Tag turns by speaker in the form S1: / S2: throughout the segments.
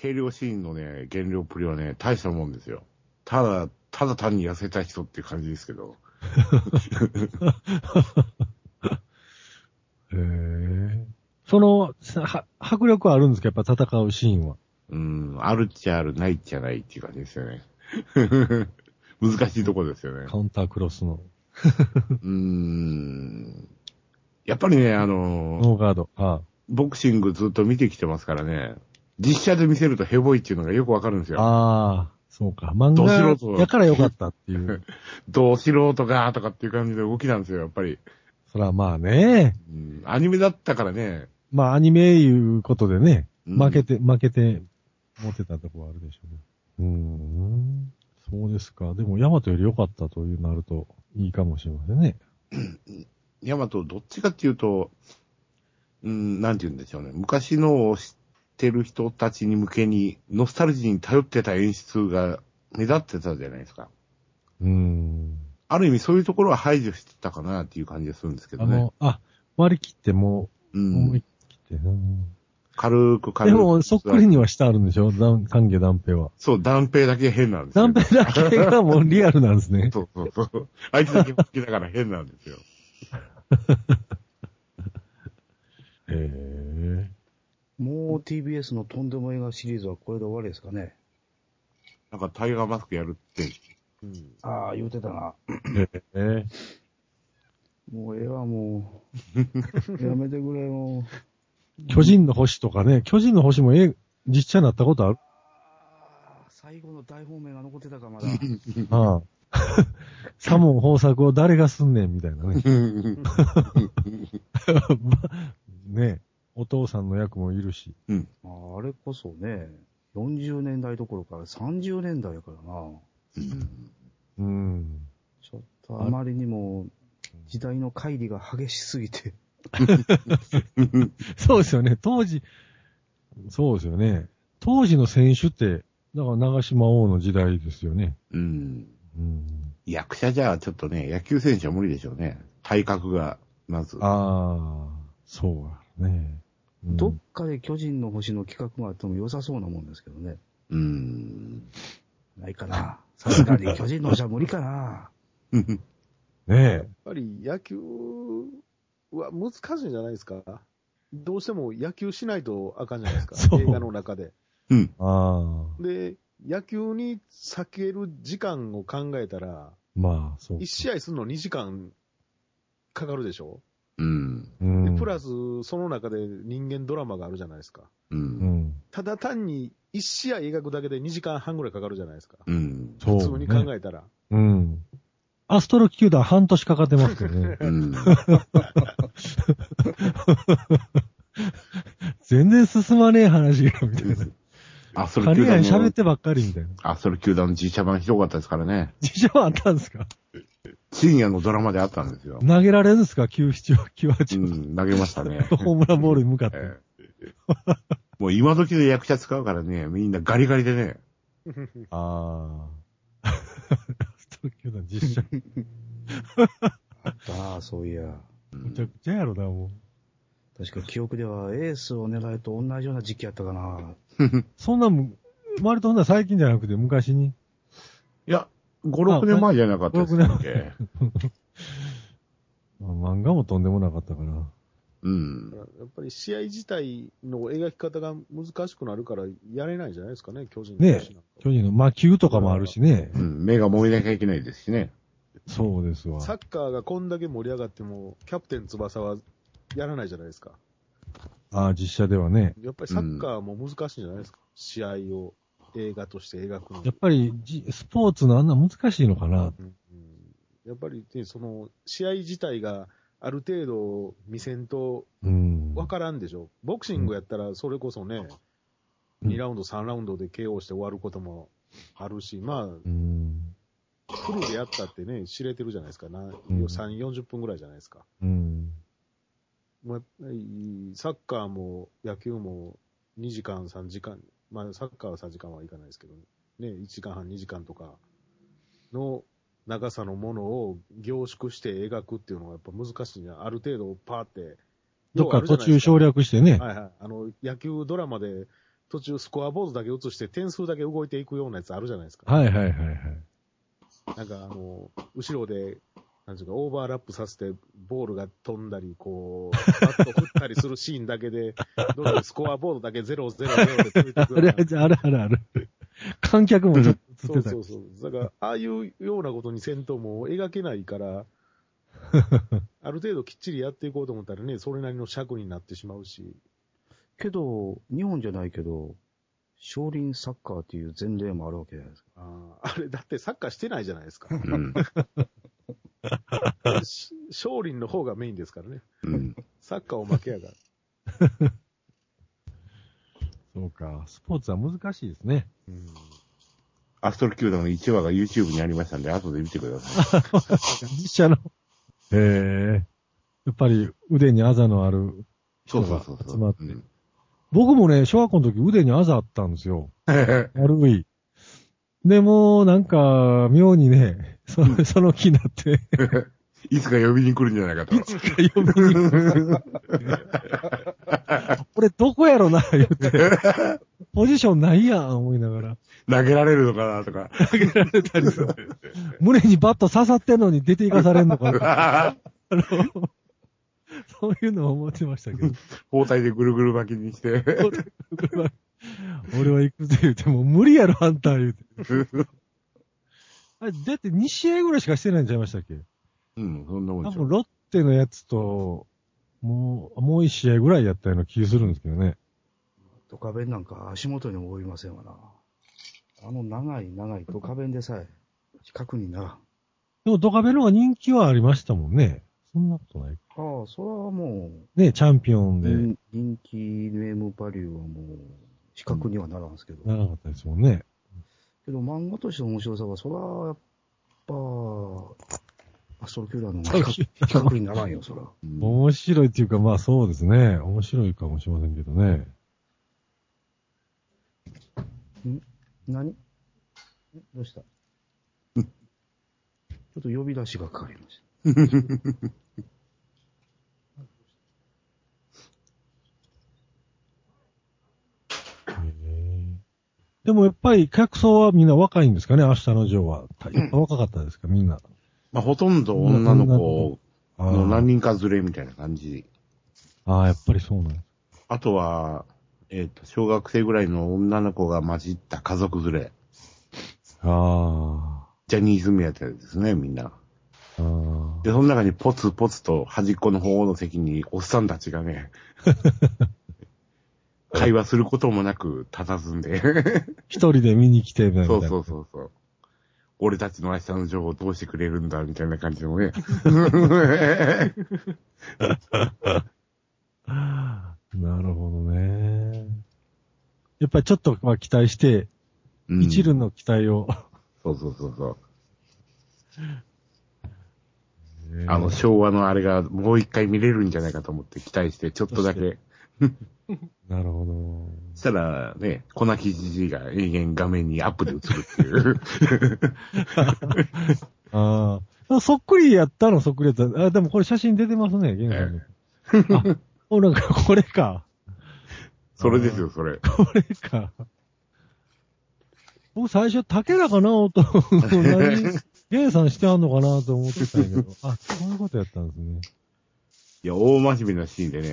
S1: 軽量シーンのね、減量っぷりはね、大したもんですよ。ただ、ただ単に痩せた人っていう感じですけど。
S2: へえ。その、さは迫力はあるんですかやっぱ戦うシーンは。
S1: うん、あるっちゃある、ないっちゃないっていう感じですよね。 難しいとこですよね。
S2: カウンタークロスの
S1: うーん。やっぱりね、あの、
S2: ノーガード。あ
S1: ボクシングずっと見てきてますからね、実写で見せるとヘボいっていうのがよくわかるんです
S2: あ。
S1: よ。
S2: ああ、そうか。漫
S1: ど素人
S2: 画やからよかったっ ていう。
S1: どう素人がとかっていう感じで動きなんですよ、やっぱり。
S2: そらまあね。
S1: うん、アニメだったからね、
S2: まあアニメいうことでね、
S1: うん
S2: 負けて、負けて、持ってたとこはあるでしょうね。うーん。そうですか。でも、ヤマトより良かったというなると、いいかもしれませんね。
S1: ヤマトどっちかっていうと、うん、なんて言うんでしょうね、昔のを知ってる人たちに向けに、ノスタルジーに頼ってた演出が目立ってたじゃないですか。
S2: うーん。
S1: ある意味そういうところは排除してたかなっていう感じがするんですけ
S2: あ
S1: どね。
S2: の、あ、割り切っても
S1: う
S2: う、
S1: ん
S2: 思い、切ってな、
S1: 軽く軽
S2: で
S1: く。
S2: も、そっくりにはしてあるんでしょダン関係断平は。
S1: そう、断平だけ変なんですよ。。
S2: 断平だけがもうリアルなんです ね
S1: そうそうそう。あいつだけ好きだから変なんですよ。
S2: へえ。
S3: もう TBS のとんでも映画シリーズはこれで終わりですかね。
S1: なんかタイガーマスクやるって。
S3: ああ、言うてたな。
S2: え
S3: もうええわ、も う。やめてくれ、もう。
S2: え。巨人の星とかね、巨人の星もえ実写になったことある
S3: あー最後の大方面が残ってたか、ま だ。
S2: ああ。 サモン豊作を誰がすんねんみたいなね。
S1: うん。
S2: ねお父さんの役もいるし。
S3: まああれこそね、40年代どころか30年代やからな。
S2: うん。
S3: ちょっとあまりにも時代の乖離が激しすぎて。
S2: そうですよね。当時、そうですよね。当時の選手って、だから長島王の時代ですよね。
S1: うん。
S2: うん。
S1: 役者じゃちょっとね、野球選手は無理でしょうね。体格が、まず。
S2: ああ、そうだね。うん
S3: どっかで巨人の星の企画があっても良さそうなもんですけどね。
S1: うん。
S3: ないかな。さすがに巨人の星は無理かな。
S2: ねえ。
S4: やっぱり野球は難しいんじゃないですか。どうしても野球しないとあかんじゃないです
S2: そ
S4: か。
S2: う
S4: 映画の中で。
S1: うん。
S2: ああ。
S4: で、野球に避ける時間を考えたら、
S2: まあ、そう。
S4: 1試合するの2時間かかるでしょ、
S1: うん。
S2: うん
S4: でプラス、その中で人間ドラマがあるじゃないですか。
S1: う。
S2: うんん。
S4: ただ単に1試合描くだけで2時間半ぐらいかかるじゃないですか。
S1: うん。。
S2: そう、ね。
S4: 普通に考えたら。
S2: うん。アストロ球団半年かかってますけど ね
S1: うん。
S2: 全然進まねえ話が、みたいな。
S1: あ、それ
S2: 金
S1: 球
S2: 谷
S1: 団
S2: 喋っ
S1: の、
S2: てばっかりみたいな。
S1: あ、それ球団の実写版ひどかったですからね。
S2: 事情はあったんですか
S1: 深夜のドラマであったんですよ。
S2: 投げられるんですか ?97 を、
S1: う
S2: 98を。
S1: ん、投げました ね。
S2: ホームランボールに向かって。
S1: ええもう今時の役者使うからね、みんなガリガリでね。
S2: ああ。ストロークの実写。
S3: ああ、そういや。
S2: むちゃくちゃやろな、もう。
S3: 確か記憶ではエースを狙いと同じような時期やったかな。
S2: そんなんも、割とほんなら最近じゃなくて昔に。
S1: いや、5、6年前じゃなかったですっけ
S2: まあ漫画もとんでもなかったから。
S1: うん。
S4: やっぱり試合自体の描き方が難しくなるからやれないんじゃないですかね、巨人の
S2: ね
S4: 星なんかは
S2: 巨人の魔球とかもあるしね
S1: う。ん。目が燃えなきゃいけないですしね。
S2: そうですわ。
S4: サッカーがこんだけ盛り上がっても、キャプテン翼はやらないじゃないですか。
S2: ああ、実写ではね。
S4: やっぱりサッカーも難しいんじゃないですか。試合を映画として描くの。
S2: やっぱりじ、スポーツのあんな難しいのかな。
S4: うんやっぱりね、その、試合自体がある程度見せんと
S2: うん。
S4: 分からんでしょ。ボクシングやったらそれこそね、
S2: うん
S4: 2ラウンド、3ラウンドで KO して終わることもあるし、まあ、
S2: うん。
S4: フルでやったってね、知れてるじゃないですか。な
S2: うん
S4: 3、40分ぐらいじゃないですか。
S2: うん。
S4: まあ、やっぱりサッカーも野球も2時間、3時間、まあ、サッカーは3時間はいかないですけどね、1時間半、2時間とかの長さのものを凝縮して描くっていうのはやっぱ難しいな。ある程度パーって。
S2: どっか途
S4: 要はあるじゃないで
S2: 中
S4: すか
S2: 省略してね。
S4: はいはい。あの、野球ドラマで途中スコアボードだけ映して点数だけ動いていくようなやつあるじゃないですか。
S2: はいはいはいはい。
S4: なんかあの、後ろで、なんていうか、オーバーラップさせて、ボールが飛んだり、こう、バット振ったりするシーンだ けで、どれスコアボードだけ0、0、0で続いていく
S2: あ
S4: よう
S2: れ
S4: な
S2: あ。れあれあれあれ。 観客もちょっと
S4: そ
S2: 映って
S4: う
S2: た
S4: そ。うそう。だから、ああいうようなことに戦闘も描けな いから、ある程度きっちりやっていこうと思ったらね、それなりの尺になってしまうし、
S3: けど、日本じゃないけど、少林サッカーっていう前例もあるわけじゃないですか。
S4: あーあれだってサッカーしてないじゃないで すか。
S1: うん。
S4: し少林の方がメインですからね。
S1: うん。
S4: サッカーおまけやから。
S2: そうか。スポーツは難しいですね。
S4: うん
S1: アストロ球団の1話が YouTube にありましたんで、後で見てください。
S2: 実写の。へえ。やっぱり腕にあざのある。
S1: そうそうそうそう。
S2: 集まって
S1: うん
S2: 僕もね、小学校の時腕にあざあったんですよ。悪い。でも、なんか、妙にね、その、その気になって、
S1: いつか呼びに来るんじゃない かと。
S2: 呼びに行く俺どこやろな、言って。ポジションないやん、思いながら。
S1: 投げられるのかなとか。
S2: 胸にバット刺さってんのに出ていかされんのかな。あのそういうのを思ってましたけど。
S1: 包帯でぐるぐる巻きにして。
S2: 俺は行くぜ言うても、無理やろ、あんた言うて。あれだって2試合ぐらいしかしてないんちゃいましたっけ
S1: うん、そんなもん
S2: 多
S1: でし
S2: 分
S1: ょ。
S2: ロッテのやつと、もう、もう1試合ぐらいやったような気するんですけどね。
S3: ドカベンなんか足元にも及びませんわな。あの長い長いドカベンでさえ、比較にならん。あ
S2: でもドカベの方が人気はありましたもんね。そんなことない。
S3: あ、それはも
S2: ね、チャンピオン
S3: う、
S2: で、
S3: 人人気ネームバリューはもう、比較にはならんすけど。
S2: ならなかったですもんね。
S3: けど漫画としての面白さは、そら、やっぱ、アストロ球団の方が比較比較にならんよ、そら。
S2: 面白いっていうか、まあそうですね。面白いかもしれませんけどね。
S3: 何んどうしたちょっと呼び出しがかかりまし
S2: へえでもやっぱり客層はみんな若いんですかね、明日のジョーは。やっぱ若かったですか、みんな。
S1: まあ、ほとんど女の子
S2: あ
S1: の
S2: ー
S1: 何人か連れみたいな感じ。
S2: あー、やっぱりそうなんです。
S1: あとは、えっ、と、小学生ぐらいの女の子が混じった家族連れ。
S2: あ
S1: ジャニーズ目当てですね、みんな。
S2: ーあ
S1: で、その中にポツポツと端っこの方の席におっさんたちが ね、会話することもなく佇んで。
S2: ー。一人で見に来て、みたいな。
S1: そうそうそうそう。俺たちの明日の情報をどうしてくれるんだ、みたいな感じのね。
S2: なるほどね。やっぱりちょっとまあ期待して、
S1: うん
S2: 一縷の期待を。
S1: そうそうそうそう。
S2: へー
S1: あの、昭和のあれがもう一回見れるんじゃないかと思って期待して、ちょっとだ
S2: 確
S1: け。
S2: なるほど。
S1: そしたらね、粉木じじいが永遠画面にアップで映るって いう。
S2: ああ。そっくりやったの、そっくりやった。あ、でもこれ写真出てますね、ゲンさんの。あ、おなんかこれか。
S1: それですよ、それ。
S2: これか。僕最初、竹中 直人の何、ゲイさんしてあんのかなと思ってたんやけど、あ、そういうことやったんですね。
S1: いや、大真面目なシーンでね、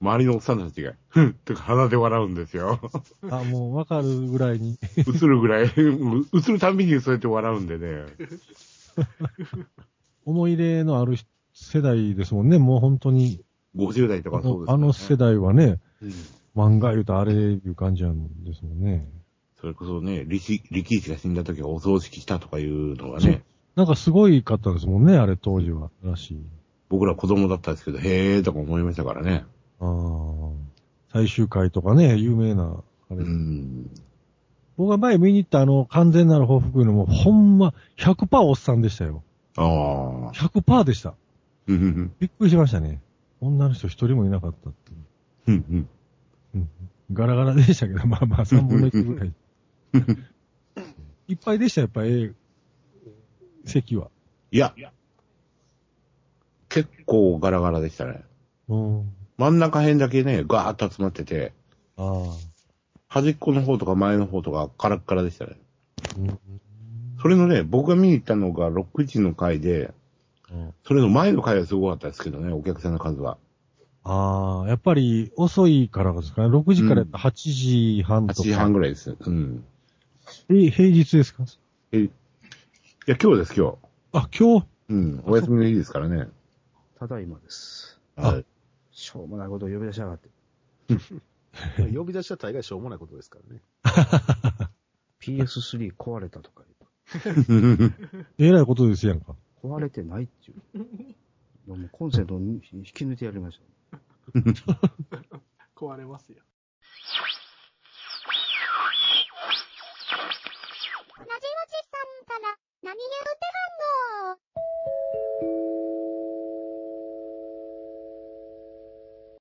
S1: 周りのおっさんたちが、ふんとか鼻で笑うんです よ。
S2: あ、もうわかるぐらいに。
S1: 映るぐらい、映るたんびにそうやって笑うんでね。
S2: 思い入れのある世代ですもんね、もう本当に。
S1: 50代とかそうです、ね。
S2: あの世代はね、
S1: うん
S2: 漫画言うとあれいう感じなんですもんね。
S1: それこそね、力力士が死んだ時はお葬式したとかいうのがね、
S2: なんかすごいかったですもんね、あれ当時は。らしい。
S1: 僕ら子供だったんですけど、へえーとか思いましたからね。
S2: ああ。最終回とかね、有名な、あれ。
S1: うん。
S2: 僕が前見に行ったあの、完全なる報復いうのも、ほんま、100%おっさんでしたよ。
S1: ああ。
S2: 100%でした。
S1: うんうん
S2: びっくりしましたね。女の人一人もいなかったっていう。
S1: うんうんうん
S2: うんガラガラでしたけど、ま あまあ、3分の1ぐらい。いっぱいでした、やっぱ、ええ、席は。
S1: いや、結構ガラガラでしたね。
S2: うん。
S1: 真ん中辺だけね、ガーッと集まってて、
S2: ああ。
S1: 端っこの方とか前の方とかカラッカラでしたね。
S2: うん
S1: それのね、僕が見に行ったのが6時の回で、
S2: うん
S1: それの前の回はすごかったですけどね、お客さんの数は。
S2: ああ、やっぱり遅いからですかね。6時からやったら8時半
S1: 8
S2: とか。
S1: 時半ぐらいです。うん。
S2: え、平日ですか
S1: え、いや、今日です、今日。
S2: あ、今日、
S1: うん。お休みの日ですからね。
S3: ただいまです。
S2: あ
S1: はい。
S3: しょうもないことを呼び出しやがって。
S4: 呼び出したら大概しょうもないことですからね。
S3: PS3 壊れたとか言う
S2: えらいことですやんか。
S3: 壊れてないっていう。もうコンセントを引き抜いてやりました。
S5: 壊れますよ。
S6: ラジオチさんから何言うて